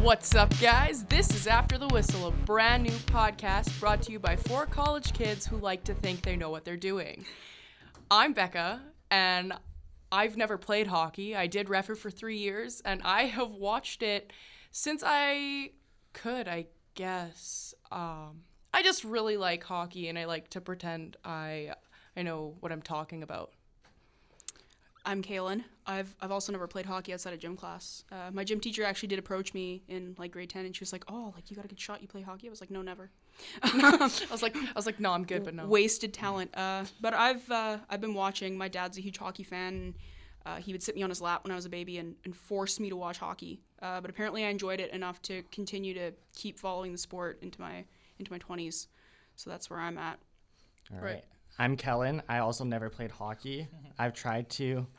What's up, guys? This is After the Whistle, a brand new podcast brought to you by four college kids who like to think they know what they're doing. I'm Becca, and I've never played hockey. I did ref for three years, and I have watched it since I could, I guess. Um, I just really like hockey, and I like to pretend I I know what I'm talking about. I'm Kaylin. I've I've also never played hockey outside of gym class. Uh, my gym teacher actually did approach me in like grade ten, and she was like, "Oh, like you got a good shot. You play hockey?" I was like, "No, never." I was like, I was like, no, I'm good, Oh. but no. Wasted talent. Uh, but I've uh, I've been watching. My dad's a huge hockey fan. and, Uh, he would sit me on his lap when I was a baby and, and force me to watch hockey. Uh, but apparently, I enjoyed it enough to continue to keep following the sport into my into my twenties. So that's where I'm at. All Right. I'm Kellen. I also never played hockey. I've tried to.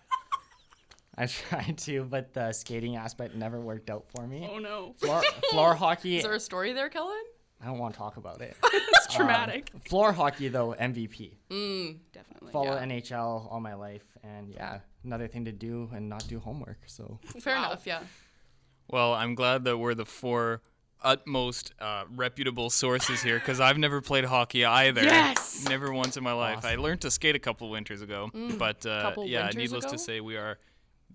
I've tried to, but the skating aspect never worked out for me. Oh no, Floor, floor hockey. Is there a story there, Kellen? I don't want to talk about it. it's traumatic. floor hockey though, MVP. Definitely. Follow Mm, yeah. NHL all my life, and yeah, another thing to do and not do homework. So Fair enough, yeah. Well, I'm glad that we're the four utmost uh, reputable sources here because I've never played hockey either. Yes! Never once in my life. I learned to skate a couple winters ago, but uh, Mm. Couple yeah, winters needless ago? to say, we are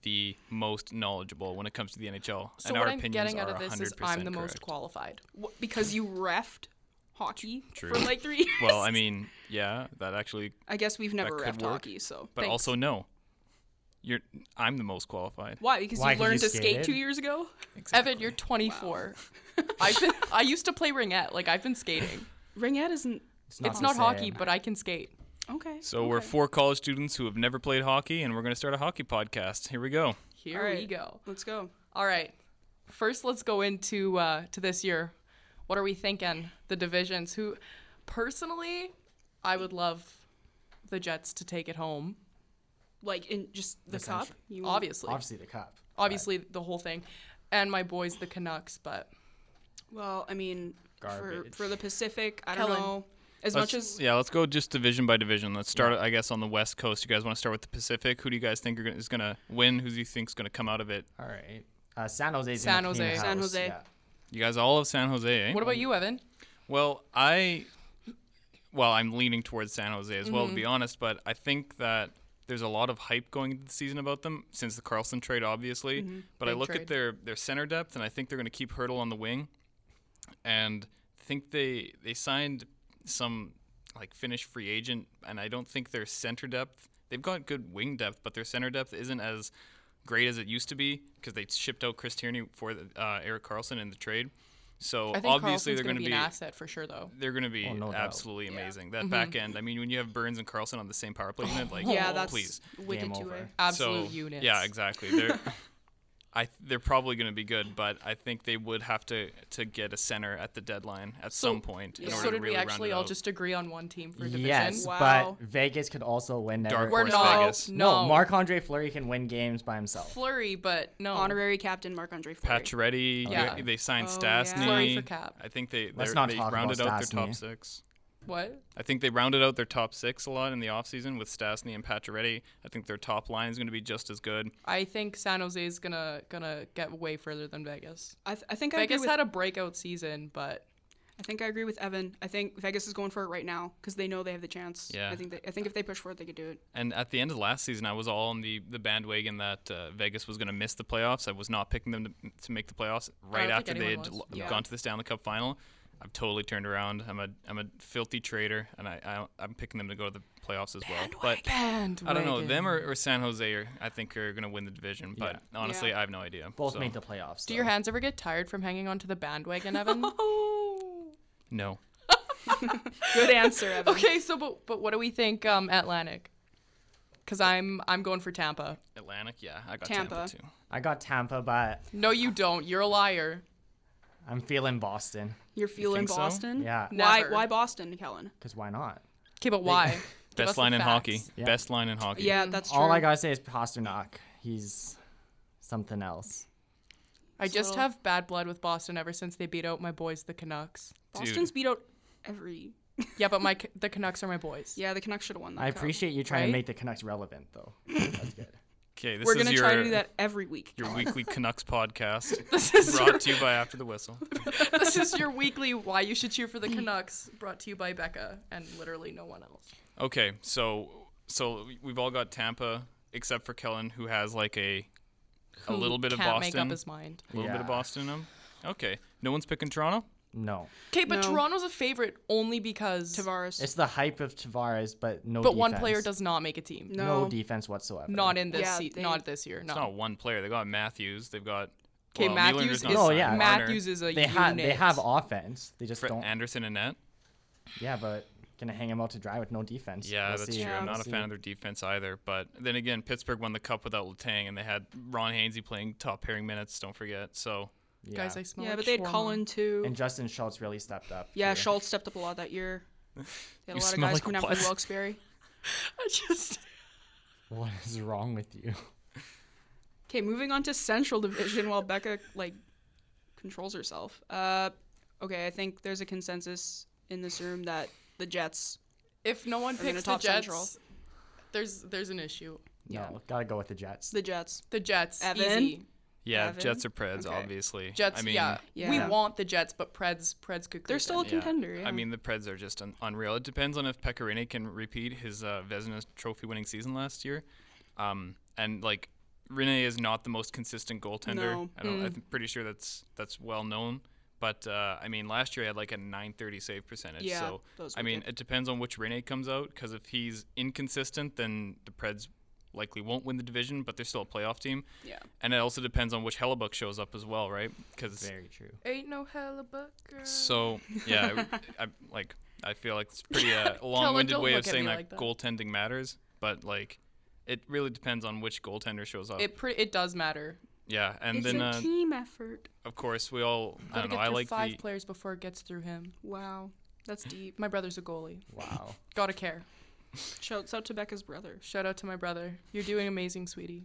the most knowledgeable when it comes to the NHL. So and what our I'm opinions getting are out of this 100% is I'm the most correct. qualified. Wha- because you refed hockey True. for like three years. Well, I mean, yeah, that actually, I guess we've never could refed work, hockey, so. but thanks. also no. You're, I'm the most qualified. Why? Because Why, you 'cause learned to you skate skated? two years ago? Evan, you're 24. I've been I used to play ringette. Like I've been skating. Ringette isn't. It's the not hockey, same. but I can skate. Okay. So we're four college students who have never played hockey, and we're going to start a hockey podcast. Here we go. Here All right. we go. Let's go. All right. First, let's go into uh, to this year. What are we thinking? The divisions. Who, personally, I would love the Jets to take it home. Like, in just the The cup? century. You want- Obviously, obviously the cup. obviously the whole thing, and my boys, the Canucks. But Well, I mean, for, Garbage. for the Pacific, I Kellen. don't know. As Let's- much as. yeah, let's go just division by division. Let's start, I guess, on the West Coast. You guys want to start with the Pacific? Who do you guys think are gonna, is going to win? Who do you think is going to come out of it? All right. Uh, San Jose's San in the Jose. House. San Jose. Yeah. You guys all of San Jose, eh? what about you, Evan? Well, I, well, I'm leaning towards San Jose as well, to Mm-hmm. be honest. But I think that there's a lot of hype going into the season about them since the Carlson trade, obviously. But I Mm-hmm. Big look trade. at their their center depth, and I think they're going to keep Hurdle on the wing, and think they they signed some like Finnish free agent, and I don't think their center depth. They've got good wing depth, but their center depth isn't as great as it used to be because they shipped out Chris Tierney for the, uh, Eric Carlson in the trade. So I think obviously Carlson's they're gonna going to be an asset for sure, though. they're going to be Oh, no doubt. absolutely amazing. Mm-hmm. That back end, I mean, when you have Burns and Carlson on the same power play unit, like, Yeah, that's please. wicked Game two way. over. Absolute so, units. Yeah, exactly. They're, I, they're probably going to be good, but I think they would have to, to get a center at the deadline at some point. In order So to did really we round actually it all out. just agree on one team for division? Yes, Wow. but Vegas could also win. Dark Never. We're Horse not. Vegas. No, No, Marc Andre Fleury can win games by himself. Flurry, but no. Honorary captain Marc Andre Fleury. Pacioretty, they- Yeah. they, signed Oh, yeah. Stastny. Flurry for cap. I think they Let's they're- not they talk about rounded out their Stastny. top six. What? I think they rounded out their top six a lot in the offseason with Stastny and Pacioretty. I think their top line is going to be just as good. I think San Jose is gonna gonna get way further than Vegas. I, th- I think I, agree Vegas with, had a breakout season, but I think I agree with Evan. I think Vegas is going for it right now because they know they have the chance. Yeah. I think they, I think if they push for it, they could do it. And at the end of last season, I was all on the, the bandwagon that uh, Vegas was going to miss the playoffs. I was not picking them to, to make the playoffs Oh, right think after they anyone had was. l- Yeah. gone to the Stanley Cup final. I've totally turned around. I'm a I'm a filthy traitor, and I, I I'm picking them to go to the playoffs as well. But and I don't know them or, or San Jose. Are, I think are going to win the division. But honestly, Yeah. I have no idea. Both So, made the playoffs. Do so. your hands ever get tired from hanging onto the bandwagon, Evan? Oh. no. Good answer, Evan. okay, so but but what do we think um Atlantic? Cuz I'm I'm going for Tampa. Atlantic, yeah, I got Tampa. Tampa, too. I got Tampa, but No you don't. You're a liar. I'm feeling Boston. You're feeling think so? Boston? Yeah, Why, Never. why Boston, Kellen? because why not? Okay, but why? Give us Best the line in facts. hockey. Yeah. Best line in hockey. Yeah, that's true. All I gotta say is Pasternak. He's something else. I just So- have bad blood with Boston ever since they beat out my boys the Canucks. Boston's beat out every. Yeah, but my c- the Canucks are my boys. Yeah, the Canucks should have won that. I cup. appreciate you trying Right? to make the Canucks relevant, though. That's good. Okay, this We're is gonna your try to do that every week. your weekly Canucks podcast This is your, brought to you by After the Whistle. this is your weekly why you should cheer for the Canucks brought to you by Becca and literally no one else. Okay, so so we've all got Tampa except for Kellen, who has like a a little bit of Can't Boston, make up his mind. a little bit of Yeah. Boston. in 'em. Okay, no one's picking Toronto. No, Okay, but No. Toronto's a favorite only because Tavares. it's the hype of Tavares, but no. but one player defense. does not make a team. no, no. defense whatsoever. Not in this Yeah, se- they- not this year. No. It's not one player. They got Matthews. They've got 'Kay, well, Matthews Nylander's not is- Oh, signed. yeah. Marner, Matthews is a they unit. have they have offense. They just Fre- don't. Anderson and net. Yeah, but gonna hang him out to dry with no defense. Yeah, We'll that's see. true. Yeah. I'm not We'll a fan of their defense either. But then again, Pittsburgh won the cup without Latang, and they had Ron Hainsey playing top pairing minutes. Don't forget. So see. Guys, Yeah. I smell yeah, like but they had shawarma. Cullen too. and Justin Schultz really stepped up. yeah, too. Schultz stepped up a lot that year. They had You a lot of smell guys like coming out from what? Wilkes-Barre. I just What is wrong with you? Okay, moving on to Central Division while Becca like controls herself. Uh, okay, I think there's a consensus in this room that the Jets. if no one Are we picks the gonna top Jets, Central? there's there's an issue. Yeah. No, gotta go with the Jets. The Jets. The Jets, Evan? easy. yeah, Evan? Jets or Preds, Okay. obviously. Jets, I mean, yeah. We Yeah. want the Jets, but Preds, Preds could. They're creep still a in. contender. Yeah. I mean, the Preds are just un- unreal. It depends on if Pecorini can repeat his uh, Vezina Trophy winning season last year. Um, and like Rene is not the most consistent goaltender. No. Mm. I don't, I'm pretty sure that's that's well known. But uh, I mean, last year he had like a 930 save percentage. Yeah, so those I were mean, good. it depends on which Rene comes out because if he's inconsistent, then the Preds likely won't win the division, but they're still a playoff team. yeah. And it also depends on which Hellebuck shows up as well, right? Because Very true. Ain't no Hellebucker. so yeah, I, I like I feel like it's pretty uh, long-winded don't way look of at saying me that, like that. goaltending matters, but like it really depends on which goaltender shows up. it pre- it does matter. yeah, and it's then a uh, team effort. of course we all I Gotta don't know. get I through like five the players before it gets through him. Wow, that's deep. My brother's a goalie. Wow. Gotta care. Shouts out to Becca's brother. Shout out to my brother. You're doing amazing, sweetie.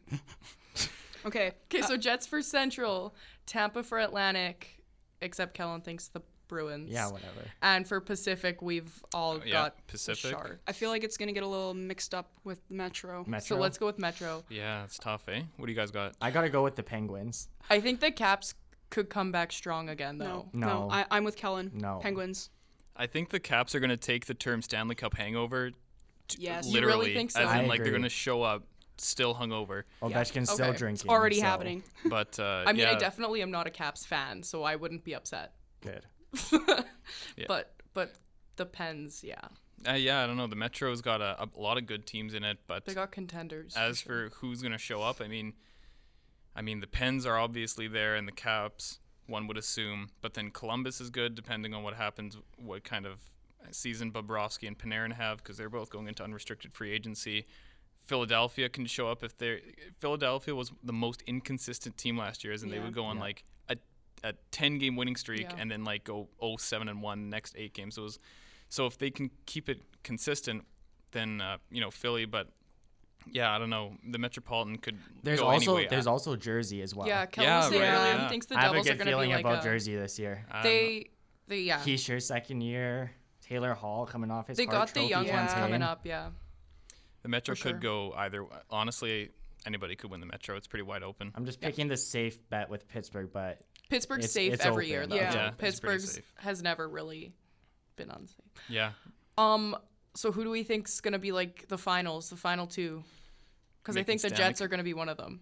Okay, Okay, so Jets for Central, Tampa for Atlantic, except Kellen thinks the Bruins. Yeah, whatever. And for Pacific, we've all Oh, yeah, got the Pacific. Sharks. I feel like it's gonna get a little mixed up with Metro. Metro. So let's go with Metro. yeah, it's tough, eh? What do you guys got? I gotta go with the Penguins. I think the Caps could come back strong again, though. no, No. I, I'm with Kellen. No. Penguins. I think the Caps are going to take the term Stanley Cup hangover. t- Yes. You really literally. think so? As in, I like they're agree. going to show up still hungover, Ovechkin's Okay. Oh, still It's It's drinking. already so- happening. but uh, I mean, I yeah, definitely am not a Caps fan, so I wouldn't be upset. Good. But but the Pens, yeah, uh, yeah, I don't know. The Metro's got a, a lot of good teams in it, but they got contenders. as for who's going to show up, I mean, I mean the Pens are obviously there, and the Caps, one would assume. But then Columbus is good, depending on what happens, what kind of season Bobrovsky and Panarin have, because they're both going into unrestricted free agency. Philadelphia can show up if they're. Philadelphia was the most inconsistent team last year, and they Yeah. would go on like a a ten game winning streak Yeah. and then like go 07 and one next eight games. It was so if they can keep it consistent, then uh, you know Philly, but yeah, I don't know. The Metropolitan could There's go also anyway. uh, there's also Jersey as well. yeah, Kellen Yeah, was saying right, earlier, yeah. Um, he thinks the I have a Devils are good going to feeling be like about a, Jersey this year. I don't know. They, they, yeah, Keisher second year. Taylor Hall coming off his. they Hart got the Trophy young Yeah. ones coming campaign. up. Yeah, the Metro for sure. could go either. wa- Honestly, anybody could win the Metro. It's pretty wide open. I'm just picking the safe bet with Pittsburgh, but Pittsburgh's It's- safe it's every open. year though. Yeah. Yeah, it's pretty Pittsburgh's safe. has never really been unsafe. Yeah, Um, so who do we think's gonna be like the finals, the final two? Because I Making think the Stanley Jets are gonna be one of them.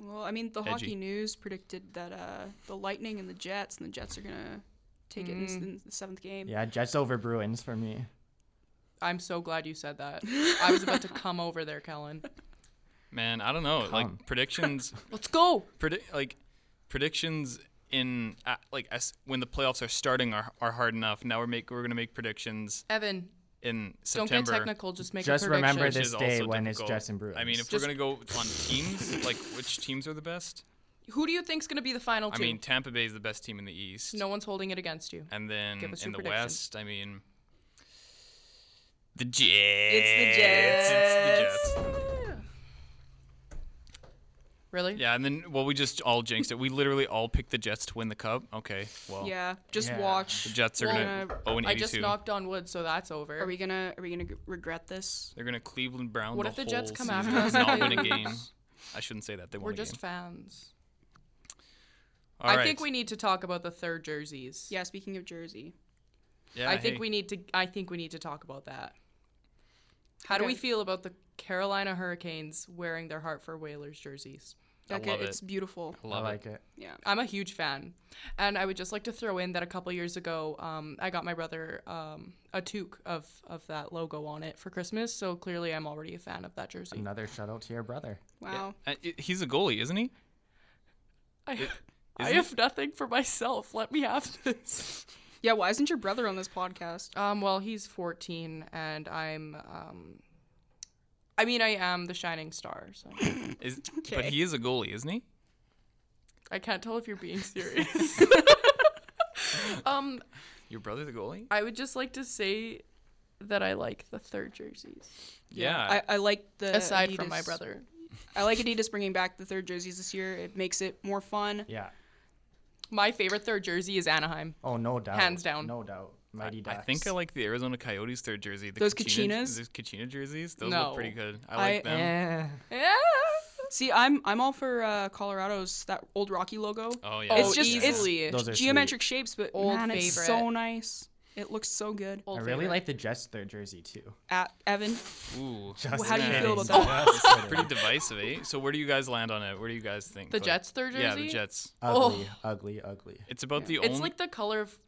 Well, I mean, the Edgy. hockey news predicted that uh, the Lightning and the Jets, and the Jets are gonna take it in, Mm. s- in the seventh game. yeah, Jets over Bruins for me. I'm so glad you said that. I was about to come over there, Kellen. man, I don't know. Come. Like predictions, Let's go. predict like predictions in uh, like as, when the playoffs are starting are, are hard enough. Now we're make we're gonna make predictions Evan, in don't September. get technical, just make Just a prediction. remember which this is day also when it's difficult. Jets and Bruins. I mean, if Just- we're gonna go on teams, like which teams are the best? Who do you think's gonna be the final I two? mean, Tampa Bay is the best team in the East. no one's holding it against you. And then Give us in the your prediction. West, I mean, the Jets. Jets. It's the Jets. Really? Yeah, and then well, we just all jinxed it. We literally all picked the Jets to win the cup. Okay, well, Yeah, just Yeah. the watch. Jets are Well, gonna uh, own I just eighty-two. knocked on wood, so that's over. Are we gonna Are we gonna g- regret this? They're gonna Cleveland Brown. What the if the Jets whole come season, after us and Not they win a lose? game. I shouldn't say that. They won We're the just game. fans. All I right. think we need to talk about the third jerseys. Yeah, speaking of Jersey, Yeah, I think hey. we need to. I think we need to talk about that. How do we Okay. feel about the Carolina Hurricanes wearing their Hartford Whalers jerseys? I Becca, love it. it's beautiful. I love I it. like it. Yeah. I'm a huge fan, and I would just like to throw in that a couple years ago, um, I got my brother um, a toque of of that logo on it for Christmas. So clearly, I'm already a fan of that jersey. Another shout out to your brother. Wow. Uh, i- he's a goalie, isn't he? I, I isn't- have nothing for myself. Let me have this. Yeah, why isn't your brother on this podcast? Um, well, he's 14, and I'm. Um, I mean, I am the shining star, so Is, But Okay. he is a goalie, isn't he? I can't tell if you're being serious. um, Your brother's a goalie? I would just like to say that I like the third jerseys, Yeah. I, I like the aside from my Adidas- brother. I like Adidas bringing back the third jerseys this year. It makes it more fun. Yeah. My favorite third jersey is Anaheim. Oh, no doubt. Hands down. No doubt. Mighty I Ducks. think I like the Arizona Coyotes third jersey. The Those Kachina- Kachinas? Those Kachina jerseys. Those No. look pretty good. I like I- them. Eh. Yeah. See, I'm I'm all for uh, Colorado's that old Rocky logo. Oh yeah. Oh, It's just- it's- easily. Those are Geometric shapes, but Old man, it's favorite. so nice. It looks so good. sweet. I really like the Jets third jersey too. At Evan, Ooh. Just how do you feel kidding. about Just kidding. pretty divisive, eh? So where do you guys land on it? Where do you guys think? the Like- Jets third jersey. Yeah, the Jets. ugly, ugly, ugly. It's about the It's only. like the color of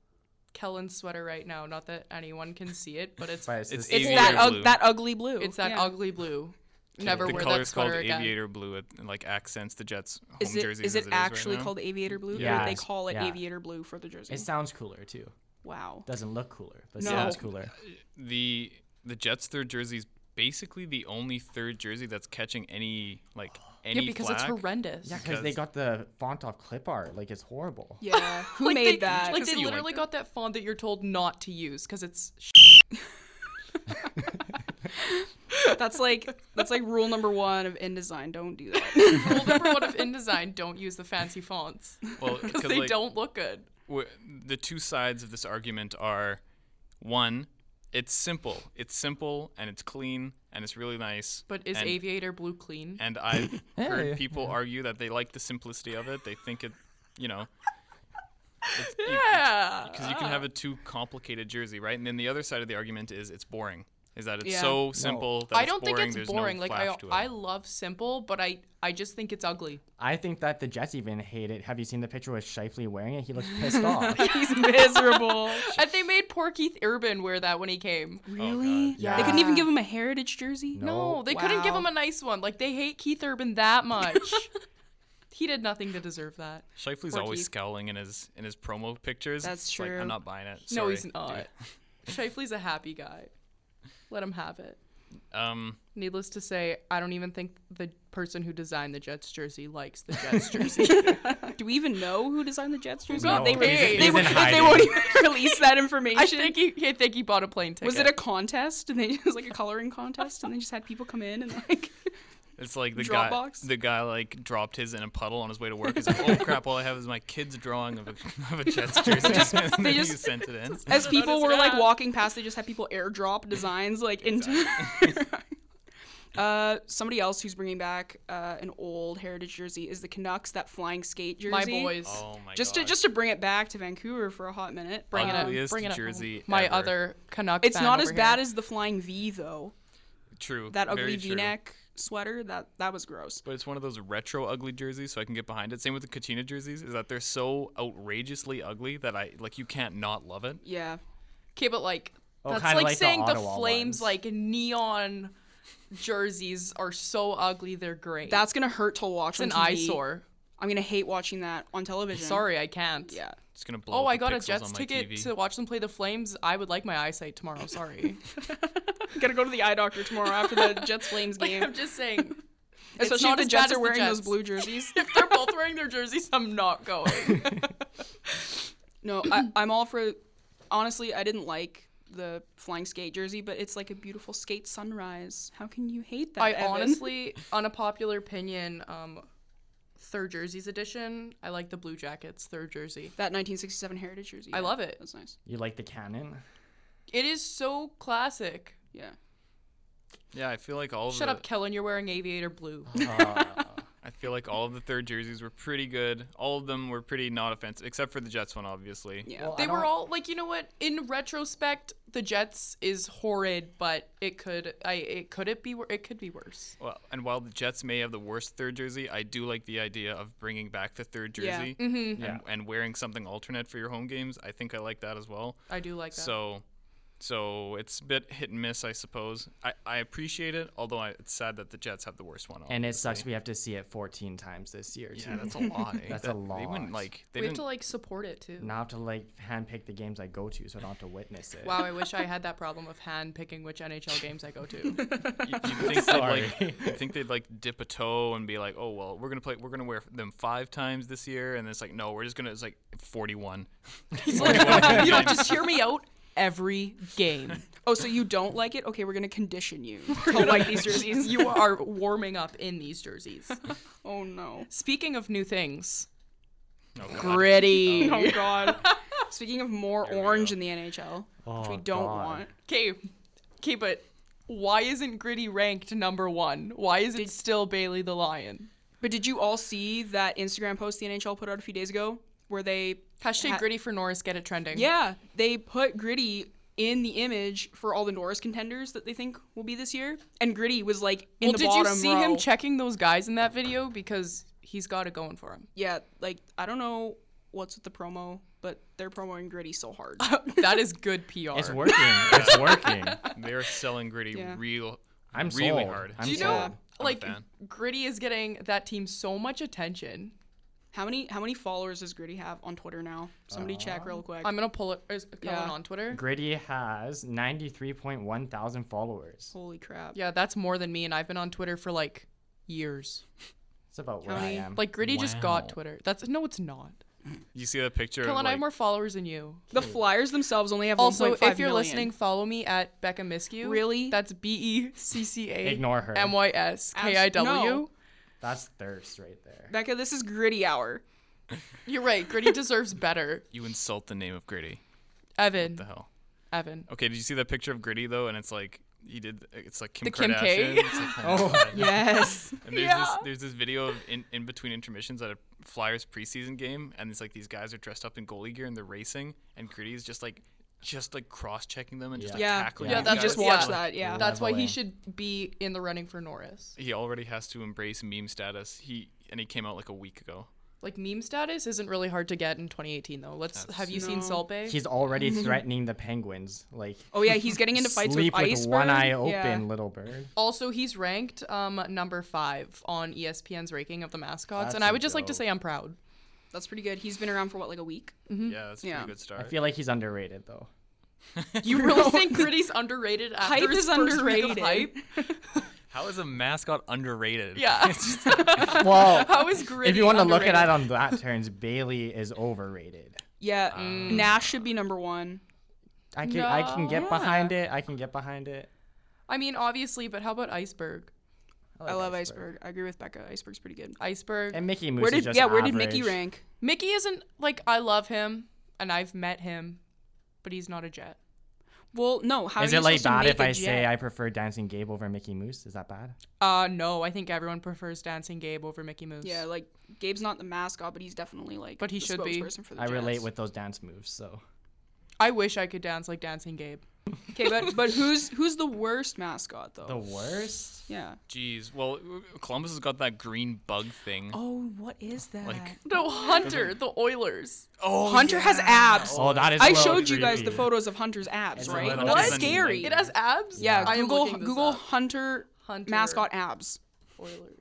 Kellen's sweater right now. Not that anyone can see it, but it's But it's, It's the it's Aviator that blue. ug- that ugly blue. it's that Yeah. ugly blue. Never the wear color that is called sweater again. aviator blue. It like accents the Jets' home Is it jerseys. is as it actually right now. called aviator blue? Or Yeah. did they call it Yeah. aviator blue for the jersey? It sounds cooler too. wow. Doesn't look cooler, but No. sounds cooler. the the Jets third jersey? Is basically the only third jersey that's catching any like any Yeah, because flag. it's horrendous. Yeah, because they got the font off clip art. Like it's horrible. Yeah. Who Like, made they, that? Like Just they you like literally that. got that font that you're told not to use because it's. Sh- that's like that's like rule number one of InDesign. Don't do that. Rule number one of InDesign: don't use the fancy fonts well, because they don't look good. w- the two sides of this argument are one it's simple it's simple and it's clean and it's really nice But is and, aviator blue clean? and i've Hey. heard people argue that they like the simplicity of it they think it you know yeah. because you can have a too complicated jersey right and then the other side of the argument is it's boring is that it's Yeah. so simple that I don't boring, think there's it's no boring. like I, flash to it. I love simple, but I, I just think it's ugly. I think that the Jets even hate it. Have you seen the picture with Shifley wearing it? He looks pissed off. He's miserable. And they made poor Keith Urban wear that when he came. Really? Yeah. They couldn't even give him a heritage jersey. No, they couldn't give Wow. him a nice one. Like they hate Keith Urban that much. he did nothing to deserve that. Shifley's Poor always Keith. scowling in his in his promo pictures That's It's like, true. i'm not buying it No, he's Sorry, not. Shifley's a happy guy. Let him have it. dude. um Needless to say, I don't even think the person who designed the Jets jersey likes the Jets jersey. Do we even know who designed the Jets jersey? got They, paid? they, He's they, in they won't even release that information. I think he, I think he bought a plane ticket. was it a contest? And they it was like a coloring contest, and they just had people come in and like. It's like the Dropbox? guy. The guy like dropped his in a puddle on his way to work. He's like, "Oh crap! All I have is my kid's drawing of a, of a Jets jersey." and then you just- sent it in. As Notice people were like that. walking past, they just had people airdrop designs like into. uh, somebody else who's bringing back uh, an old heritage jersey is the Canucks, that flying skate jersey. my boys? Oh my Just God. to just to bring it back to Vancouver for a hot minute. Uh, Bring it up. Ugliest Bring it up. jersey My ever. other Canuck. It's fan not over as bad here. as the flying V though. true That very ugly true. V-neck sweater that that was gross. But it's one of those retro ugly jerseys, so I can get behind it. Same with the Katina jerseys, is that they're so outrageously ugly that I like you can't not love it. Yeah. Okay, but like Oh, that's kinda like, like the saying the, Ottawa Flames ones. like neon jerseys are so ugly they're great. That's gonna hurt to it's watch. an eyesore. I'm gonna hate watching that on television. Sorry, I can't. Yeah. It's gonna blow. Oh, up I the got a pixels Jets on my ticket TV. to watch them play the Flames. I would like my eyesight tomorrow. Sorry. Gotta go to the eye doctor tomorrow after the Jets Flames like, I'm game. just saying. it's Especially if not the as bad Jets as are the wearing those Jets. blue jerseys. if they're both wearing their jerseys, I'm not going. No, I, I'm all for. Honestly, I didn't like the flying skate jersey, but it's like a beautiful skate sunrise. How can you hate that? I Evan? honestly, unpopular opinion, um, third jerseys edition. I like the Blue Jackets third jersey. that 1967 heritage jersey. I yeah, love it. That's nice. You like the cannon? It is so classic. Yeah. Yeah, I feel like all Shut the up, Kellen. You're wearing aviator blue. Uh, I feel like all of the third jerseys were pretty good. All of them were pretty not offensive, except for the Jets one, obviously. Yeah. Well, I They were don't- all like, you know what? In retrospect, the Jets is horrid, but it could, I, it could it be, wor- it could be worse. Well, and while the Jets may have the worst third jersey, I do like the idea of bringing back the third Yeah. jersey Mm-hmm. and, Yeah. and wearing something alternate for your home games. I think I like that as well. I do like that. So, so it's a bit hit and miss, I suppose. I, I appreciate it, although I, it's sad that the Jets have the worst one. And it sucks obviously. we have to see it 14 times this year. Yeah, Too. that's a lot. eh? That's a That- They lot. wouldn't like. They we have didn't, to like support it too. Now I have to like handpick the games I go to, so I don't have to witness it. Wow, I wish I had that problem of hand picking which NHL games I go to. you, you'd think they'd Sorry. like, you'd think they'd like dip a toe and be like, oh well, we're gonna play, we're gonna wear them five times this year, and it's like, no, we're just gonna it's like 41. you don't just hear me out every game. Oh, so you don't like it? Okay, we're gonna condition you to like these jerseys. You are warming up in these jerseys. Oh no. Speaking of new things, Oh, God. gritty. Oh god. Speaking of more we orange go. in the NHL, which Oh, we don't God. want. Okay, okay, but why isn't Gritty ranked number one? Why is it still Bailey the Lion? But did you all see that Instagram post the NHL put out a few days ago where they Hashtag Ha- Gritty for Norris, get it trending. Yeah, they put Gritty in the image for all the Norris contenders that they think will be this year, and Gritty was like in Well, the did bottom you see row. him checking those guys in that video? Because he's got it going for him. yeah, like I don't know what's with the promo, but they're promoting Gritty so hard. that is good PR. It's working. It's working. They're selling gritty Yeah. real. I'm really sold. hard. I'm Do you sold. know, a like, fan. Gritty is getting that team so much attention. how many how many followers does Gritty have on Twitter now? Somebody check Um, real quick. I'm gonna pull it. Is it Yeah. going on Twitter? Gritty has 93.1 thousand followers. Holy crap! Yeah, that's more than me, and I've been on Twitter for like years. That's about where I Tony, am. Like Gritty just got Wow. Twitter. That's no, it's not. You see that picture? Kellen, of, I like, have more followers than you. The Flyers themselves only have Also, 1.5 if you're million. listening, follow me at Becca Miskew. Really? That's B E C C A. Ignore her. M Y S K I W. No. That's thirst right there. Becca, this is Gritty hour. You're right. Gritty deserves better. You insult the name of gritty. Evan. The hell. Evan. Okay, did you see that picture of gritty though? And it's like he did. It's like Kim The Kim Kardashian. K? It's like, oh. my God. Yes. And there's this Yeah. there's this video of in, in between intermissions at a Flyers preseason game, and it's like these guys are dressed up in goalie gear and they're racing, and Gritty's just like just like cross checking them and just like Yeah. tackling. Yeah, them. that's you Guys, just what- watched yeah. that. Yeah. That's why he Leveling. should be in the running for Norris. He already has to embrace meme status. He and he came out like a week ago. Like meme status isn't really hard to get in 2018 though. Let's have you seen No. Salt Bay? He's already threatening the penguins. Like Oh yeah, he's getting into fights sleep with with, ice. one eye bird. open, Yeah. little bird. also, he's ranked um, number five on E ESPN's ranking of the mascots, That's and I would just like to dope. say I'm proud. That's pretty good. He's been around for what, like a week? Mm-hmm. Yeah, that's a Yeah. pretty good I start. feel like he's underrated though. You really think Gritty's underrated? After Hype his is first week of underrated. hype? How is a mascot underrated? Yeah. It's just- Well, How is Gritty? Oh, if you want to look at underrated? it on that terms, Bailey is overrated. Yeah. Um, mm, Nash should be number one. I can I can get No. behind it. I can get behind it. I mean, obviously, but how about Iceberg? I love Iceberg. I agree with Becca. Iceberg's pretty good. Iceberg. And Mickey Moose Where is did just yeah? Where did Mickey average. rank? Mickey isn't like I love him, and I've met him, but he's not a jet. Well, no. How Is are it you like supposed to bad make if a I say jet? I prefer Dancing Gabe over Mickey Moose? Is that bad? Uh, no, I think everyone prefers Dancing Gabe over Mickey Moose. Yeah, like Gabe's not the mascot, but he's definitely like. But he the should be. spokesperson For the I relate Jets. with those dance moves, so I wish I could dance like Dancing Gabe. Okay, but but who's who's the worst mascot though? the worst. yeah. Jeez. Well, Columbus has got that green bug thing. Oh, what is that? Like- No, Hunter, the Oilers. Oh, Hunter has abs. Oh, that is. a I little showed you guys the creepy. photos of Hunter's abs, It's a right? little That's bit scary. unnerving. It has abs. yeah, I am Google looking this Google up. Hunter, Hunter. mascot abs. Oilers.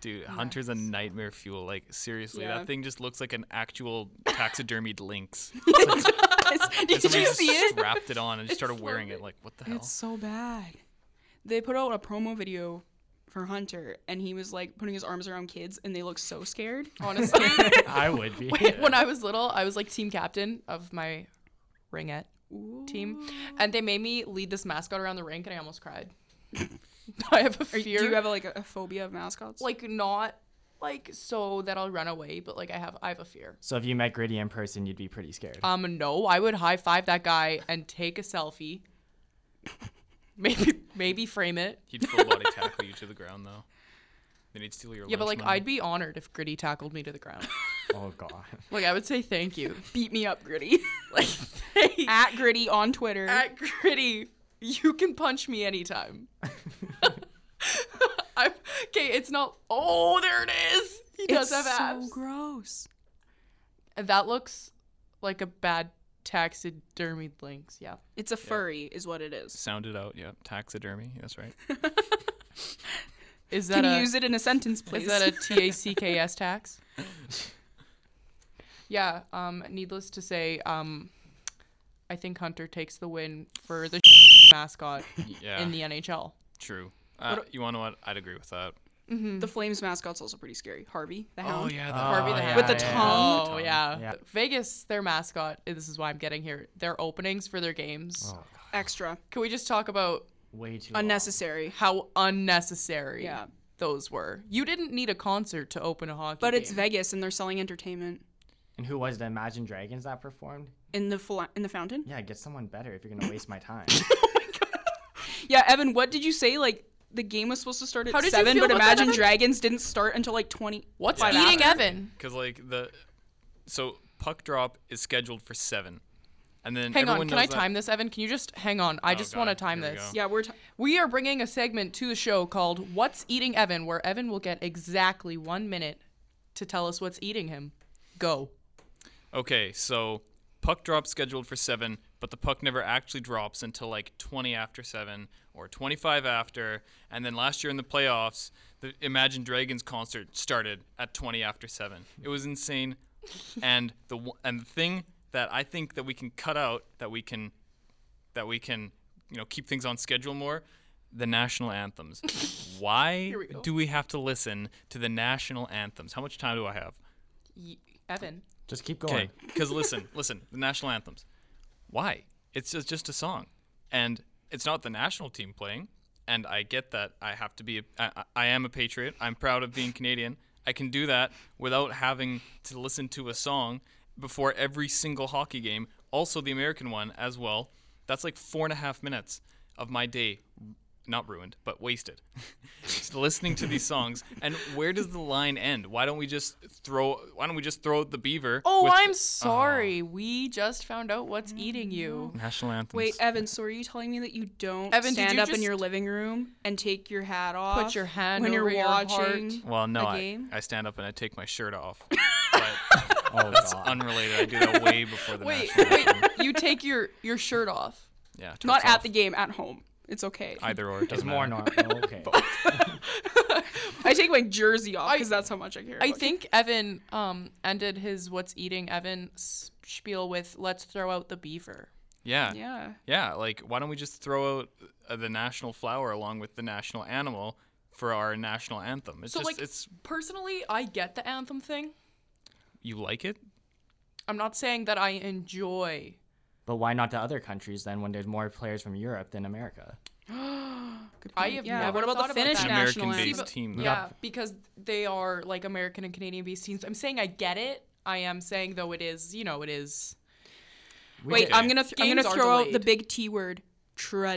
Dude, Hunter's a nightmare fuel. Like seriously, Yeah. that thing just looks like an actual taxidermied lynx. Did Somebody you just see it? Strapped it on and just started wearing it. Like what the hell? It's so bad. They put out a promo video for Hunter, and he was like putting his arms around kids, and they look so scared. Honestly, I would be. when I was little, I was like team captain of my ringette team, and they made me lead this mascot around the rink, and I almost cried. I have a Are, do fear, you have like a, a phobia of mascots? like not like so that I'll run away, but like I have I have a fear. So if you met Gritty in person, you'd be pretty scared. Um, no, I would high five that guy and take a selfie. Maybe maybe frame it. He'd full body tackle you to the ground though. They need to steal your Yeah, but lunch like money. I'd be honored if Gritty tackled me to the ground. Oh god. like I would say thank you. Beat me up, Gritty. Like thank At Gritty on Twitter. at Gritty, you can punch me anytime. I'm, okay, it's not. Oh, there it is. He does have abs. gross. that looks like a bad taxidermied lynx. Yeah. It's a furry, is what it is. sound it out. Yeah, taxidermy. That's right. Is that Can you a use it in a sentence, please? is that a T A C K S tax? yeah. Um. Needless to say, um, I think Hunter takes the win for the mascot Yeah, in the NHL. true. Uh, you want to know what? I'd agree with that. the Flames mascot's also pretty scary. Harvey, the hound. Oh yeah, the Harvey the Hound. With the tongue. Oh yeah. Yeah. Vegas, their mascot. This is why I'm getting here. Their openings for their games. Oh, God. Extra. Can we just talk about Way too long. Unnecessary. how unnecessary Yeah. those were? You didn't need a concert to open a hockey. But it's game. Vegas and they're selling entertainment. And who was the Imagine Dragons that performed? In the fla- in the fountain? Yeah, get someone better if you're gonna waste my time. Yeah, Evan, what did you say? Like the game was supposed to start at How did you seven, feel but about that, Imagine Evan? Dragons didn't start until like twenty. What's Yeah. eating After? Evan? Because like the, so puck drop is scheduled for seven, and then Hang everyone on, can knows I time this, Evan? Can you just hang on? I Oh, just God, want to time here we this. go. Yeah, we're. T- We are bringing a segment to the show called "What's Eating Evan," where Evan will get exactly one minute to tell us what's eating him. Go. That, okay, so puck drop scheduled for seven, but the puck never actually drops until like twenty after seven or twenty-five after, and then last year in the playoffs, the Imagine Dragons concert started at twenty after seven. It was insane, and the w- and the thing that I think that we can cut out that we can that we can you know keep things on schedule more the national anthems why we go. do we have to listen to the national anthems how much time do i have Y- Evan. Just keep going. okay because listen listen the national anthems why it's just, just a song and it's not the national team playing and i get that i have to be a, I, I- I am a patriot i'm proud of being canadian i can do that without having to listen to a song before every single hockey game also the american one as well that's like four and a half minutes of my day not ruined but wasted Just listening to these songs and where does the line end why don't we just throw why don't we just throw the beaver Oh, with- I'm sorry. We just found out what's eating you. National anthems. Wait, uh, Evan, so are you telling me that you don't Evan, did stand you up in just your living room and take your hat off? your hand when over you're your watching. heart? Well, no, a I, game? I stand up and I take my shirt off. But Oh god. unrelated. I do that way before the Wait, national wait. anthem. You take your your shirt off. Yeah, tops Not at off. the game, at home. It's okay. I, either or. It it's doesn't more matter. normal. Okay. take my jersey off I- because that's how much I care. I about think Evan um ended his "What's Eating Evan" s- spiel with "Let's throw out the beaver." Yeah. you. yeah, Yeah. Like, why don't we just throw out uh, the national flower along with the national animal for our national anthem? It's So, just, like- it's Personally, I get the anthem thing. you like it. I'm not saying that I enjoy. but why not the other countries then when there's more players from Europe than America? Good I point. have yeah. never what about thought about the Finnish that. An national American-based See, anthem? but- team. though. Yeah, because they are like American and Canadian based teams. I'm saying I get it. I am saying though it is, you know, it is. We Wait, did- I'm gonna th- I'm Games gonna are throw out the delayed. big T word.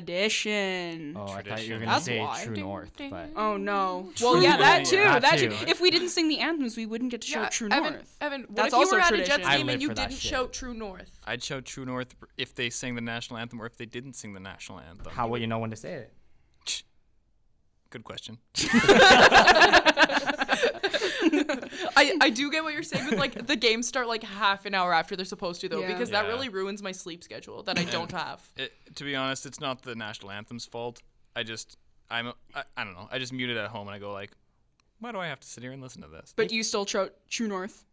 Tradition. Oh, I thought you were Tradition. gonna That's say why. True Ding, North, ding. but Oh no. Well, yeah, that North. too. That That too. too. If we didn't sing the anthems, we wouldn't get to shout True Evan, North. Evan, what That's if you also were at a tradition. Jets I game live and you for that didn't shit. shout True North? I'd shout True North if they sang the national anthem or if they didn't sing the national anthem. how will you know when to say it? Good question. I, I do get what you're saying with like the games start like half an hour after they're supposed to though Yeah. because that Yeah. really ruins my sleep schedule that I don't have. It, to be honest, it's not the national anthem's fault. I just, I'm, I, I don't know. I just mute it at home and I go like, why do I have to sit here and listen to this? But you still tro- True North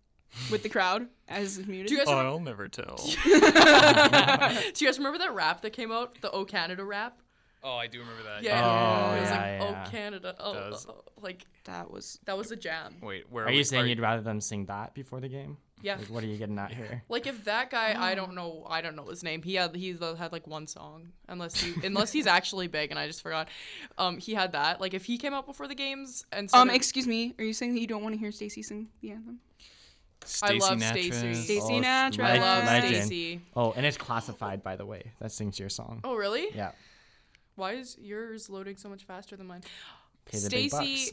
with the crowd as it's muted. Do you guys Oh, I'll never tell. do you guys remember that rap that came out the O Canada rap? oh, I do remember that. Yeah. Oh, it was yeah, like yeah. Oh Canada, oh, Does. oh, oh," like that was that was a jam. Wait, where Are you we- saying you'd rather them sing that before the game? Yeah. Like, what are you getting at here? Like if that guy, Oh. I don't know, I don't know his name. He had he's uh, had like one song, unless he unless he's actually big, and I just forgot. Um, he had that. Like if he came out before the games and Um, started- excuse me. Are you saying that you don't want to hear Stacy sing the anthem? I love Natras. Stacey. Stacey Oh, it's Natras. I leg- love legend. Stacy. Oh, and it's classified, by the way. That sings your song. Oh really? Yeah. Why is yours loading so much faster than mine? Pay the Stacy big bucks.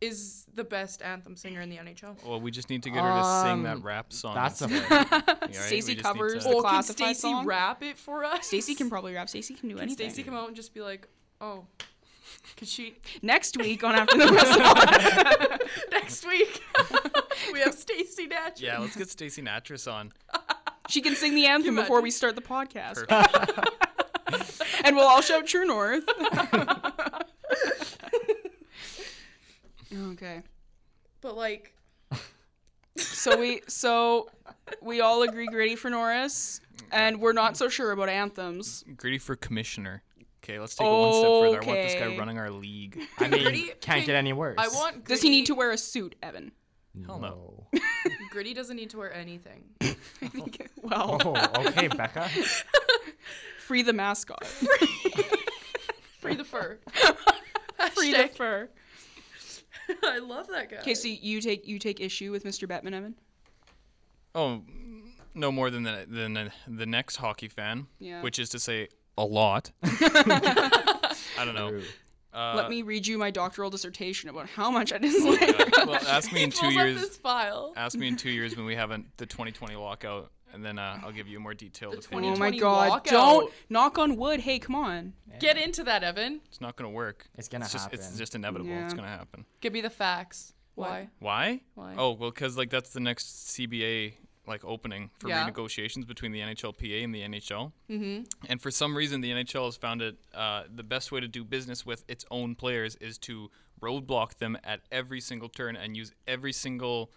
is the best anthem singer in the NHL. Well, we just need to get her to sing that Um, rap song. That's a instead, all right? Stacey We just need covers to- the Or can Classified Stacy song? rap it for us? Stacy can probably rap. Stacy can do Can anything. Stacy come out and just be like, oh, could she? Next week on After the Whistle. Next week we have Stacy Natchez. yeah, let's get Stacey Natras on. she can sing the anthem you before imagine? we start the podcast. Perfect. and we'll all shout True North. okay. But like, So we so we all agree gritty for Norris and we're not so sure about anthems. Greedy for commissioner. Okay, let's take it one step further. I want this guy Okay. running our league. I mean, Gritty- can't get any worse. I want. Gritty, Does he need to wear a suit, Evan? Hell no. Gritty doesn't need to wear anything. Well, Oh, okay, Becca. free the mascot. Free the fur. free the Hashtag- fur. I love that guy. Okay, so you take you take issue with Mr. Bettman, Evan? Oh, no more than the than the- the next hockey fan, Yeah. which is to say a lot. I don't know. Let me read you my doctoral dissertation about how much I Oh dislike. Uh, Well, ask me in two Pulls up years. this file. Ask me in two years when we have an the 2020 walkout, and then uh, I'll give you a more detailed opinion. Oh my 2020 god, walkout. don't knock on wood. Hey, come on. Get into that, Evan. It's not going to work. It's gonna just, It's happen. just inevitable. It's Yeah. going to happen. Give me the facts. Why? Why? Why? Oh, well, because like that's the next CBA like opening for Yeah. renegotiations between the NHLPA and the NHL. Mm-hmm. And for some reason, the NHL has found it uh, the best way to do business with its own players is to roadblock them at every single turn and use every single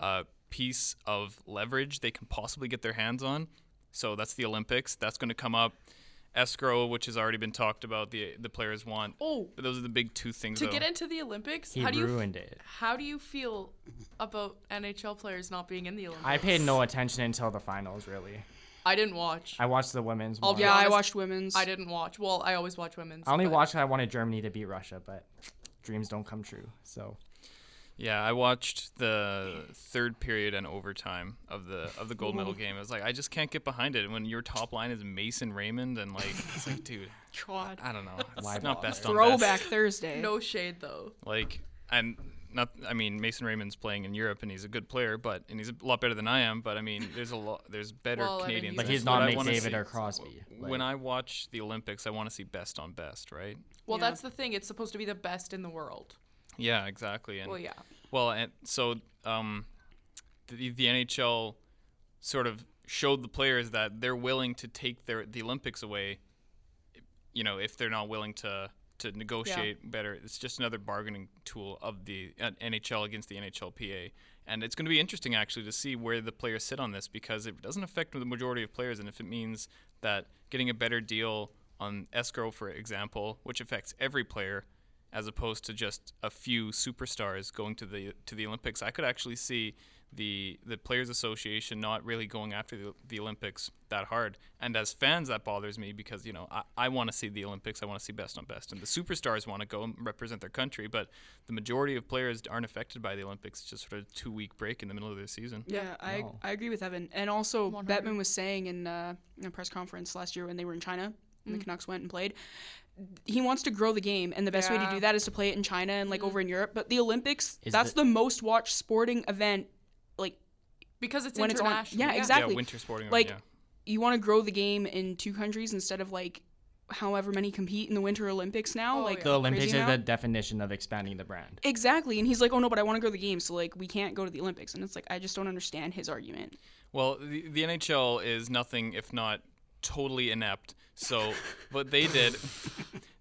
uh, piece of leverage they can possibly get their hands on. So that's the Olympics. That's going to come up. Escrow, which has already been talked about, the the players want. Oh. but those are the big two things. To though. get into the Olympics, He how do you ruined it. how do you feel about NHL players not being in the Olympics? I paid no attention until the finals, really. I didn't watch. I watched the women's. I'll one. be Yeah, I honest, watched women's. I didn't watch. Well, I always watch women's. I only but- watched. when I wanted Germany to beat Russia, but dreams don't come true. So Yeah, I watched the third period and overtime of the of the gold medal game. I was like, I just can't get behind it. When your top line is Mason Raymond and like, it's like, dude, God. I don't know, it's Why not bother? best on Throwback best. Thursday. No shade though. Like, I'm not. I mean, Mason Raymond's playing in Europe and he's a good player, but and he's a lot better than I am. But I mean, there's a lot. There's better Well, I mean, Canadians. you- Like, That's he's not what I wanna McDavid see. or Crosby. When I watch the Olympics, I want to see best on best, right? Well, Yeah. that's the thing. It's supposed to be the best in the world. Yeah, exactly. And Well, yeah. Well, and so um, the, the NHL sort of showed the players that they're willing to take their the Olympics away, you know, if they're not willing to to negotiate better. It's just another bargaining tool of the uh, NHL against the NHLPA. And it's going to be interesting actually to see where the players sit on this because it doesn't affect the majority of players and if it means that getting a better deal on escrow for example, which affects every player as opposed to just a few superstars going to the to the Olympics. I could actually see the the Players Association not really going after the, the Olympics that hard. And as fans, that bothers me because you know I, I want to see the Olympics. I want to see best on best, and the superstars want to go and represent their country. But the majority of players aren't affected by the Olympics. It's just sort of two week break in the middle of their season. Yeah, I, No. I agree with Evan. And also, 100. Bettman was saying in, uh, in a press conference last year when they were in China and the Mm. Canucks went and played, he wants to grow the game. And the best way to Yeah. Mm. do that is to play it in China and like over in Europe. But the Olympics, Is that's the- the, most watched sporting event. Like, Because it's When it's on- international. yeah, exactly. Yeah, winter sporting. Like, event, you want to grow the game in two countries instead of like however many compete in the Winter Olympics now. Oh, like, yeah. the Olympics crazy is the amount. definition of expanding the brand. Exactly. And he's like, oh no, but I want to grow the game. So, like, we can't go to the Olympics. And it's like, I just don't understand his argument. Well, the, the NHL is nothing if not totally inept. So what they did,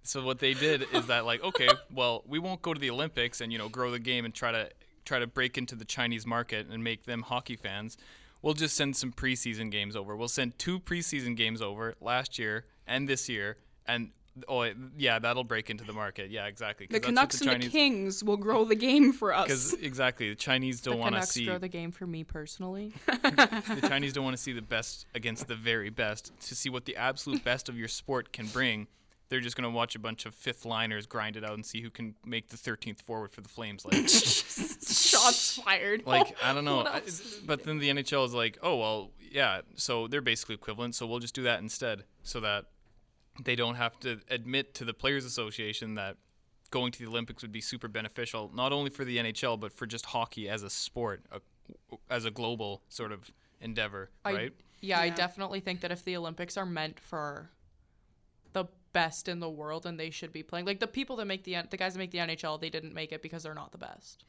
so what they did is that like, okay, well, we won't go to the Olympics and you know grow the game and try to try to break into the Chinese market and make them hockey fans. We'll just send some preseason games over. We'll send two preseason games over last year and this year, and oh yeah, that'll break into the market. Yeah, exactly. 'cause The Canucks that's what and the Kings will grow the game for us. Because exactly, the Chinese don't The want to Canucks see grow the game for me personally. the Chinese don't want to see the best against the very best to see what the absolute best of your sport can bring. They're just going to watch a bunch of fifth liners grind it out and see who can make the 13th forward for the Flames. Like, Shots fired. like I don't know. I- but then the NHL is like, oh, well, yeah, so they're basically equivalent, so we'll just do that instead so that they don't have to admit to the Players Association that going to the Olympics would be super beneficial, not only for the NHL but for just hockey as a sport, a, as a global sort of endeavor, I, right? Yeah, I Yeah. definitely think that if the Olympics are meant for the best in the world and they should be playing, like the people that make the N- the guys that make the NHL, they didn't make it because they're not the best.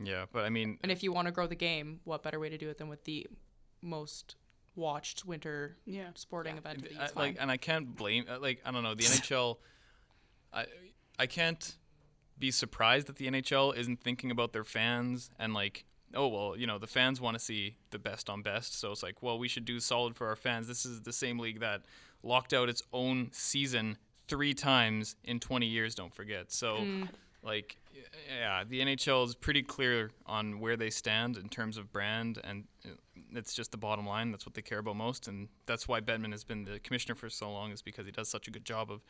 Yeah, but I mean, And if you want to grow the game, what better way to do it than with the most watched winter Yeah. sporting event of the I, year? like, and I can't blame. uh, Like, I don't know. The NHL, I, I can't be surprised that the NHL isn't thinking about their fans and like, oh well, you know, the fans want to see the best on best. So it's like, well, we should do solid for our fans. This is the same league that locked out its own season three times in 20 years. Don't forget. So. Like, y- yeah, the NHL is pretty clear on where they stand in terms of brand, and uh, it's just the bottom line. That's what they care about most, and that's why Bedman has been the commissioner for so long, is because he does such a good job of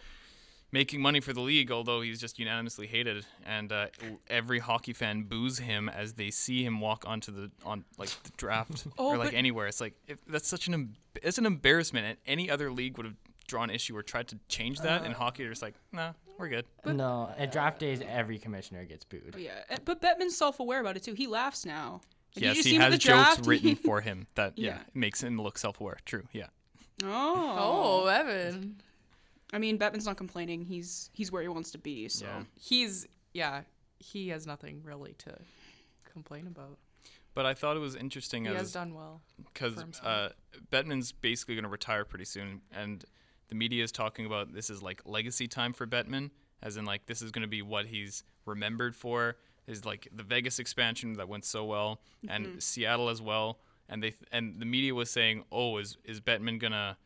making money for the league. Although he's just unanimously hated, and uh, every hockey fan boos him as they see him walk onto the on like the draft or like Oh, but- anywhere. It's like if, that's such an em- it's an embarrassment, and any other league would have drawn issue or tried to change that. Uh-huh. and hockey, they're just like, nah, we're good. no, at draft days, every commissioner gets booed. Yeah, eh, but Bettman's self-aware about it too. He laughs now. Like, you Yes, just he seen him at has the jokes draft. written for him that yeah, Yeah. makes him look self-aware. True, yeah. oh. oh, Evan, I mean, Bettman's not complaining. He's he's where he wants to be. So Yeah. he's yeah, he has nothing really to complain about. But I thought it was interesting He has as done well. because for himself. uh, Bettman's basically going to retire pretty soon, and the media is talking about this is like legacy time for Bettman, as in like this is going to be what he's remembered for. Is like the Vegas expansion that went so well, and Seattle as well, and they and the media was saying, oh, is is Bettman gonna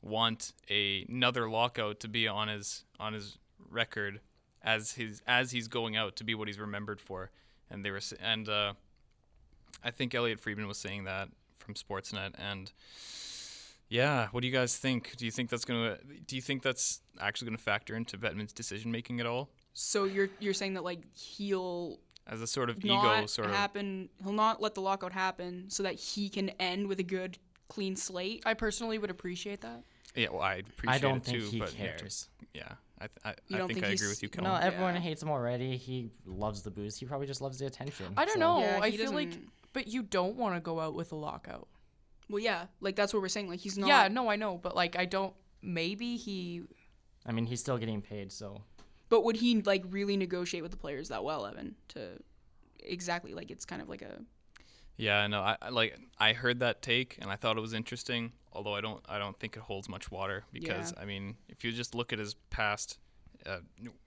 want a, another lockout to be on his on his record as his as he's going out to be what he's remembered for. And they were s- and uh, I think Elliot Friedman was saying that from Sportsnet and yeah, what do you guys think? Do you think that's gonna do you think that's actually gonna factor into Bettman's decision making at all? so you're you're saying that like he'll As a sort of ego not sort of happen. He'll not let the lockout happen so that he can end with a good clean slate. I personally would appreciate that. Yeah, well I appreciate I don't it think too, he but you have to- cares. yeah. I th- I, You I don't think, think I he's- agree with you, Kellen. No, everyone Yeah. hates him already. He loves the booze. He probably just loves the attention. I don't so- know. Yeah, I he feel like, doesn't- but you don't want to go out with a lockout. Well, yeah, like that's what we're saying. Like he's not. Yeah, no, I know, but like I don't. Maybe he. I mean, he's still getting paid, so But would he like really negotiate with the players that well, Evan? To exactly like it's kind of like a Yeah, no, I I- like I heard that take and I thought it was interesting, although I don't I don't think it holds much water because I mean, if you just look at his past uh,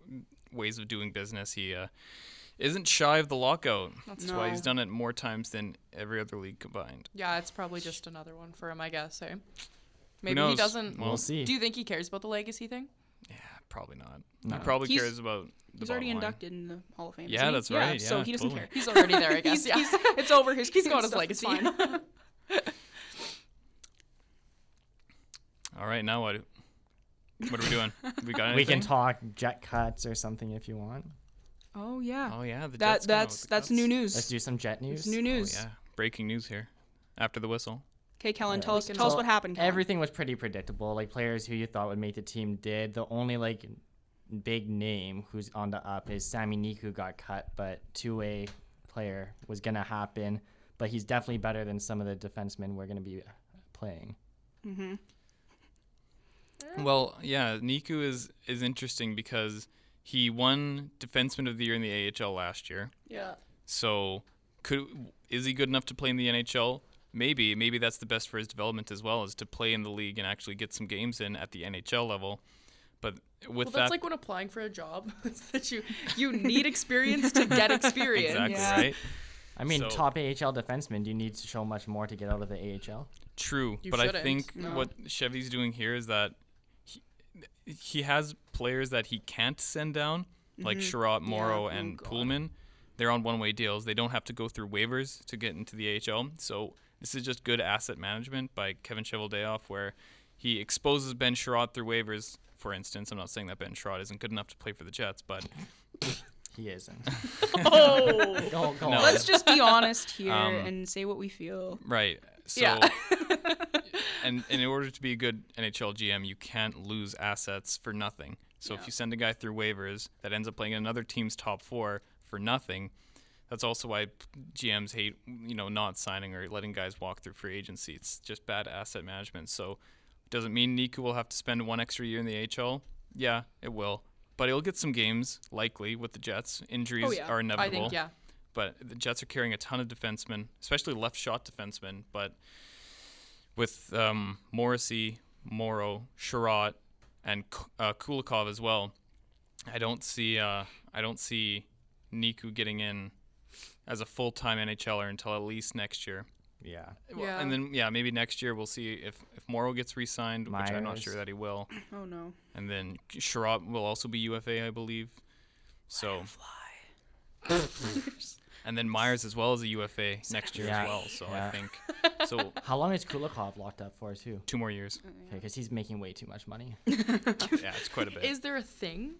n- ways of doing business, he uh, isn't shy of the lockout. That's why he's No. done it more times than every other league combined. Yeah, it's probably just another one for him, I guess. Hey, maybe he knows? doesn't. Well- we'll see. do you think he cares about the legacy thing? Yeah, probably not. He probably He's- cares about the he's already bottom line. inducted in the Hall of Fame. Yeah, isn't he? that's right, so yeah, he doesn't totally. care. He's already there, I guess. He's, yeah, he's, it's over. His he's got his stuff, it's legacy. fine. All right, now what? What are we doing? we got anything? we can talk jet cuts or something if you want. Oh yeah, Oh yeah, the that Jets come out that's with the that's cuts. new Let's news. do some jet news. It's new Oh, news. yeah, breaking news here. After the whistle. Okay, Kellen, tell us can tell us So what happened. Kellen. Everything was pretty predictable. Like players who you thought would make the team did. The only like big name who's on the up is Sammy Niku got cut, but two way player was gonna happen. But he's definitely better than some of the defensemen we're gonna be playing. Well, yeah, Niku is is interesting because he won defenseman of the year in the AHL last year. yeah. So, could is he good enough to play in the NHL? Maybe, maybe that's the best for his development as well, is to play in the league and actually get some games in at the NHL level. But with Well, that's that, like when applying for a job. is that you you need experience to get experience. exactly Yeah. right. I mean, So- top AHL defenseman. Do you need to show much more to get out of the AHL? True, You but I shouldn't. think No. what Chevy's doing here is that he, he has players that he can't send down, like Sherratt, Morrow, oh and God. Pullman. They're on one-way deals. They don't have to go through waivers to get into the AHL. So this is just good asset management by Kevin Cheveldayoff, where he exposes Ben Sherratt through waivers. For instance, I'm not saying that Ben Sherratt isn't good enough to play for the Jets, but He isn't. Oh, go, go No. on. Let's just be honest here Um, and say what we feel. Right. So, Yeah. and, and in order to be a good NHL GM, you can't lose assets for nothing. So if you send a guy through waivers that ends up playing in another team's top four for nothing, that's also why GMs hate you know not signing or letting guys walk through free agency. It's just bad asset management. So it doesn't mean Niku will have to spend one extra year in the HL. Yeah, it will. But he'll get some games likely with the Jets. Injuries yeah. are I inevitable think Oh, yeah. but the Jets are carrying a ton of defensemen, especially left shot defensemen. But with um, Morrissey, Morrow, Sherratt, and K- uh, Kulikov as well, I don't see uh, I don't see Niku getting in as a full time NHLer until at least next year. Yeah. Well, Yeah. And then yeah, maybe next year we'll see if if Morrow gets re-signed, which I'm not Myers. sure that he will. Oh no. And then Sherratt will also be UFA, I believe. So and then Myers as well as a UFA next year Yeah. as well. So Yeah. I think so How long is Kulikov locked up for too? two more years. Okay, because he's making way too much money. Yeah, it's quite a bit. Is there a thing?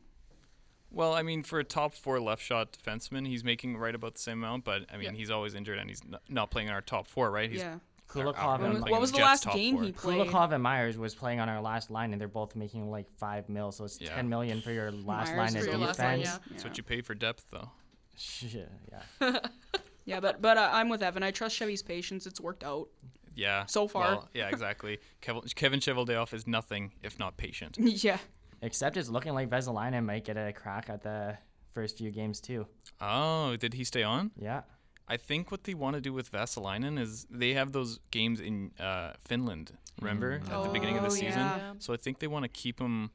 well, I mean, for a top four left shot defenseman, he's making right about the same amount. But I mean, Yeah. he's always injured and he's n- not playing in our top four, right? He's yeah. Kulikov When When and was, like, was- playing what was in the Jets last top game four. he played? Kulikov and Myers was playing on our last line, and they're both making like five mil. So it's Yeah. ten million for your last Myers line of for your defense. last line, That's what you pay for depth, though. Shit, yeah. Yeah, but but uh, I'm with Evan. I trust Chevy's patience. It's worked out. Yeah. So far. Well, yeah, exactly. Kevin, Kevin Cheveldayoff is nothing if not patient. yeah. Except it's looking like Vesalainen might get a crack at the first few games too. Oh, did he stay on? Yeah. I think what they want to do with Vasilinen is they have those games in uh, Finland, remember, at the beginning of the Oh, season. yeah. So I think they want to keep him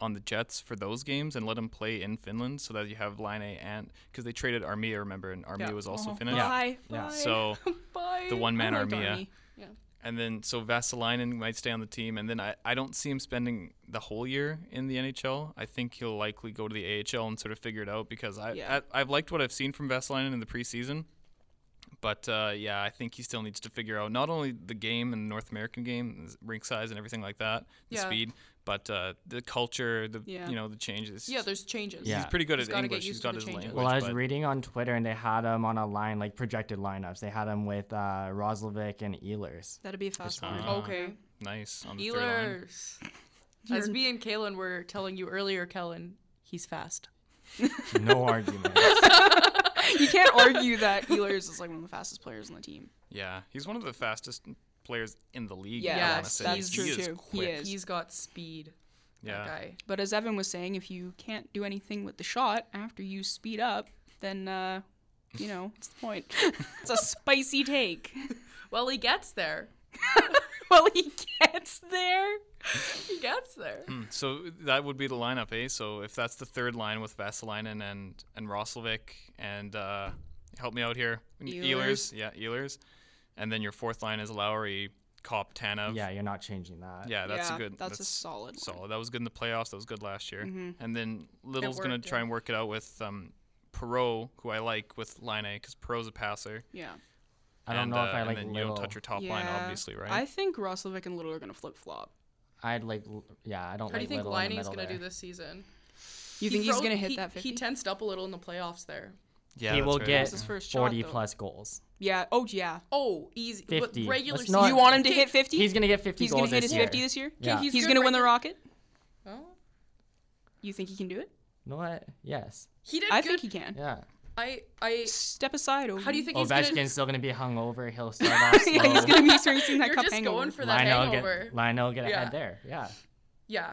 on the Jets for those games and let him play in Finland so that you have Line and because they traded Armia, remember, and Armia Yeah. was also Oh, Finnish. Bye. Bye. Yeah. So Bye. the one man I liked Armia. Army. Yeah. And then so Vasilinen might stay on the team, and then I, I don't see him spending the whole year in the NHL. I think he'll likely go to the AHL and sort of figure it out because I, Yeah. I I've liked what I've seen from Vasilinen in the preseason, but uh, yeah, I think he still needs to figure out not only the game and the North American game, the rink size and everything like that, the Yeah. speed, but uh, the culture, the Yeah. you know the changes. Yeah, there's changes. Yeah. he's pretty good He's at gotta get English. used He's to got the his changes. language. Well, I was but- reading on Twitter, and they had him on a line like projected lineups. They had him with uh, Roslovic and Ehlers. That'd be a fast one. Uh, Okay. nice on the third line. Ehlers. As me and Kalen were telling you earlier, Kellen, he's fast. No argument. you can't argue that Ehlers is like one of the fastest players on the team. Yeah, he's one of the fastest players in the league. Yeah, I wanna Yes, say. that's He true is too. He quick. is. He's got speed. Yeah. That guy. But as Evan was saying, if you can't do anything with the shot after you speed up, then uh, you know what's the point? it's a spicy take. Well, he gets there. well, he gets there. He gets there. So that would be the lineup, eh? So if that's the third line with Vasilinen and and Roslovic and uh, help me out here, Ehlers. Ehlers, yeah, Ehlers, and then your fourth line is Lowry, Kopp, Tanev. yeah, you're not changing that. yeah, that's yeah, a good. That's, a solid. Mm-hmm. one. solid. That was good in the playoffs. That was good last year. And then Little's gonna worked, try yeah. and work it out with um, Perot, who I like with Line because Perot's a passer. Yeah. I don't and, know uh, if I and like then you little. don't touch your top yeah. line, obviously, right? I think Roslovic and Little are gonna flip flop. I'd like. l- Yeah, I don't How do like you think little in the Liney's middle gonna there. do this season? He You think he's fro- gonna hit he- that 50? He tensed up a little in the playoffs there. yeah, he that's will right. get That's his first shot, 40 though. plus goals. yeah. Oh yeah. Oh, easy. but 50. Regular Let's season. not- You want him to hit 50? He's gonna get 50 He's goals gonna hit this his year. 50 this year. Yeah. he's He's, good gonna win the regu- Rocket. Oh. You think he can do it? You know what? Yes. He did I good. think he can. Yeah. I I. Step aside. Ovi. How do you think he's Ovechkin's gonna? still gonna be hungover. He'll start off slow. yeah, he's gonna be experiencing that You're cup just hangover. going for that Lionel hangover. get Lionel get Yeah. ahead there. Yeah. Yeah.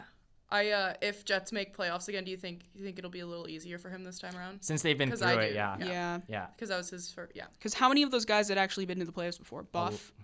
I uh if Jets make playoffs again, do you think you think it'll be a little easier for him this time around? Since they've been 'Cause through I it, do, yeah. yeah. yeah. Because that was his first. Yeah. Because how many of those guys had actually been to the playoffs Oh, before? Buff.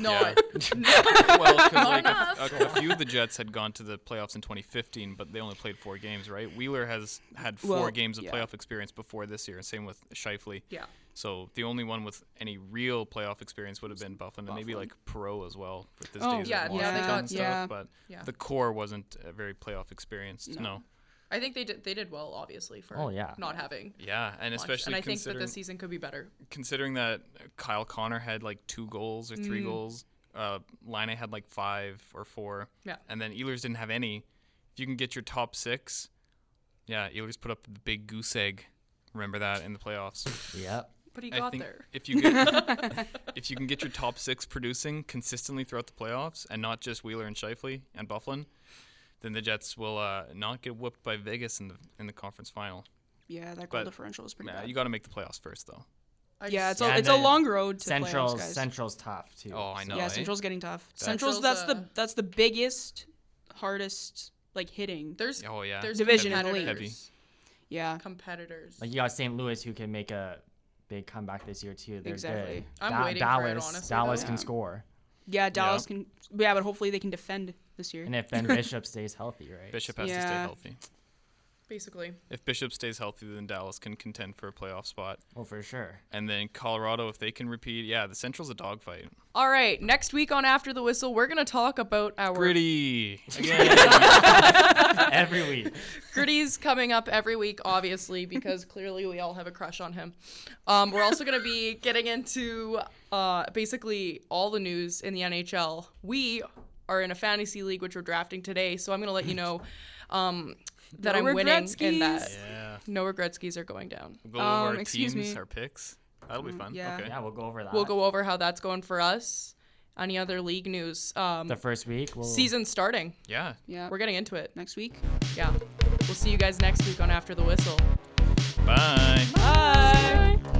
Not. well, 'cause, like, enough. a, a few of the Jets had gone to the playoffs in 2015, but they only played four games, right? Wheeler has had four Well, games of yeah. playoff experience before this year, and same with Shifley. Yeah. So the only one with any real playoff experience would have been Bufflin, and maybe Bufflin. like Perot as well. With his Oh, days yeah, at yeah, they Washington got- and stuff, yeah. but Yeah. the core wasn't uh, very playoff experienced. No. I think they did they did well obviously for Oh, yeah. not having. Yeah, and much. especially and I think that considering the season could be better. considering that Kyle Connor had like two goals or Mm. three goals, uh, Line had like five or four, Yeah. and then Ehlers didn't have any. If you can get your top six, yeah, Ehlers put up the big goose egg. Remember that in the playoffs. Yep. But he I got think there. if you get, if you can get your top six producing consistently throughout the playoffs and not just Wheeler and Shifley and Bufflin, then the Jets will uh, not get whooped by Vegas in the in the conference final. Yeah, that goal But- differential is pretty Nah, bad. you got to make the playoffs first, though. I yeah, just- it's, Yeah, a, it's a the long road to Central's playoffs, guys. Central's tough too. Oh, I so- know. yeah, eh? Central's getting tough. That's- Central's, that's Central's, uh, the that's the biggest, hardest like hitting. there's Oh yeah. there's Division in the league. competitors. Yeah, Competitors. Like you got St. Louis who can make a big comeback this year too. They're Exactly. good. I'm Da- waiting for Dallas, it, honestly, Dallas though. can Yeah. score, yeah. Dallas can. Yeah, but hopefully they can defend this year. and if Ben Bishop stays healthy, right? Bishop has to stay Yeah. healthy. basically. If Bishop stays healthy, then Dallas can contend for a playoff spot. Oh, for sure. And then Colorado, if they can repeat, yeah, the Central's a dogfight. All right, next week on After the Whistle, we're gonna talk about our Gritty. Again. Every week. Gritty's coming up every week, obviously, because clearly we all have a crush on him. Um, we're also going to be getting into uh, basically all the news in the NHL. We are in a fantasy league, which we're drafting today, so I'm going to let you know um, that No I'm winning in that. regretskis. yeah. No regretskis are going down. We'll go Um, over our excuse teams, me. Mm, our picks. That'll be fun. yeah. Okay. Yeah, we'll go over that. We'll go over how that's going for us. Any other league news? Um, the first week. We'll, season starting. Yeah. Yeah, We're getting into it. next week. Yeah. We'll see you guys next week on After the Whistle. Bye. Bye.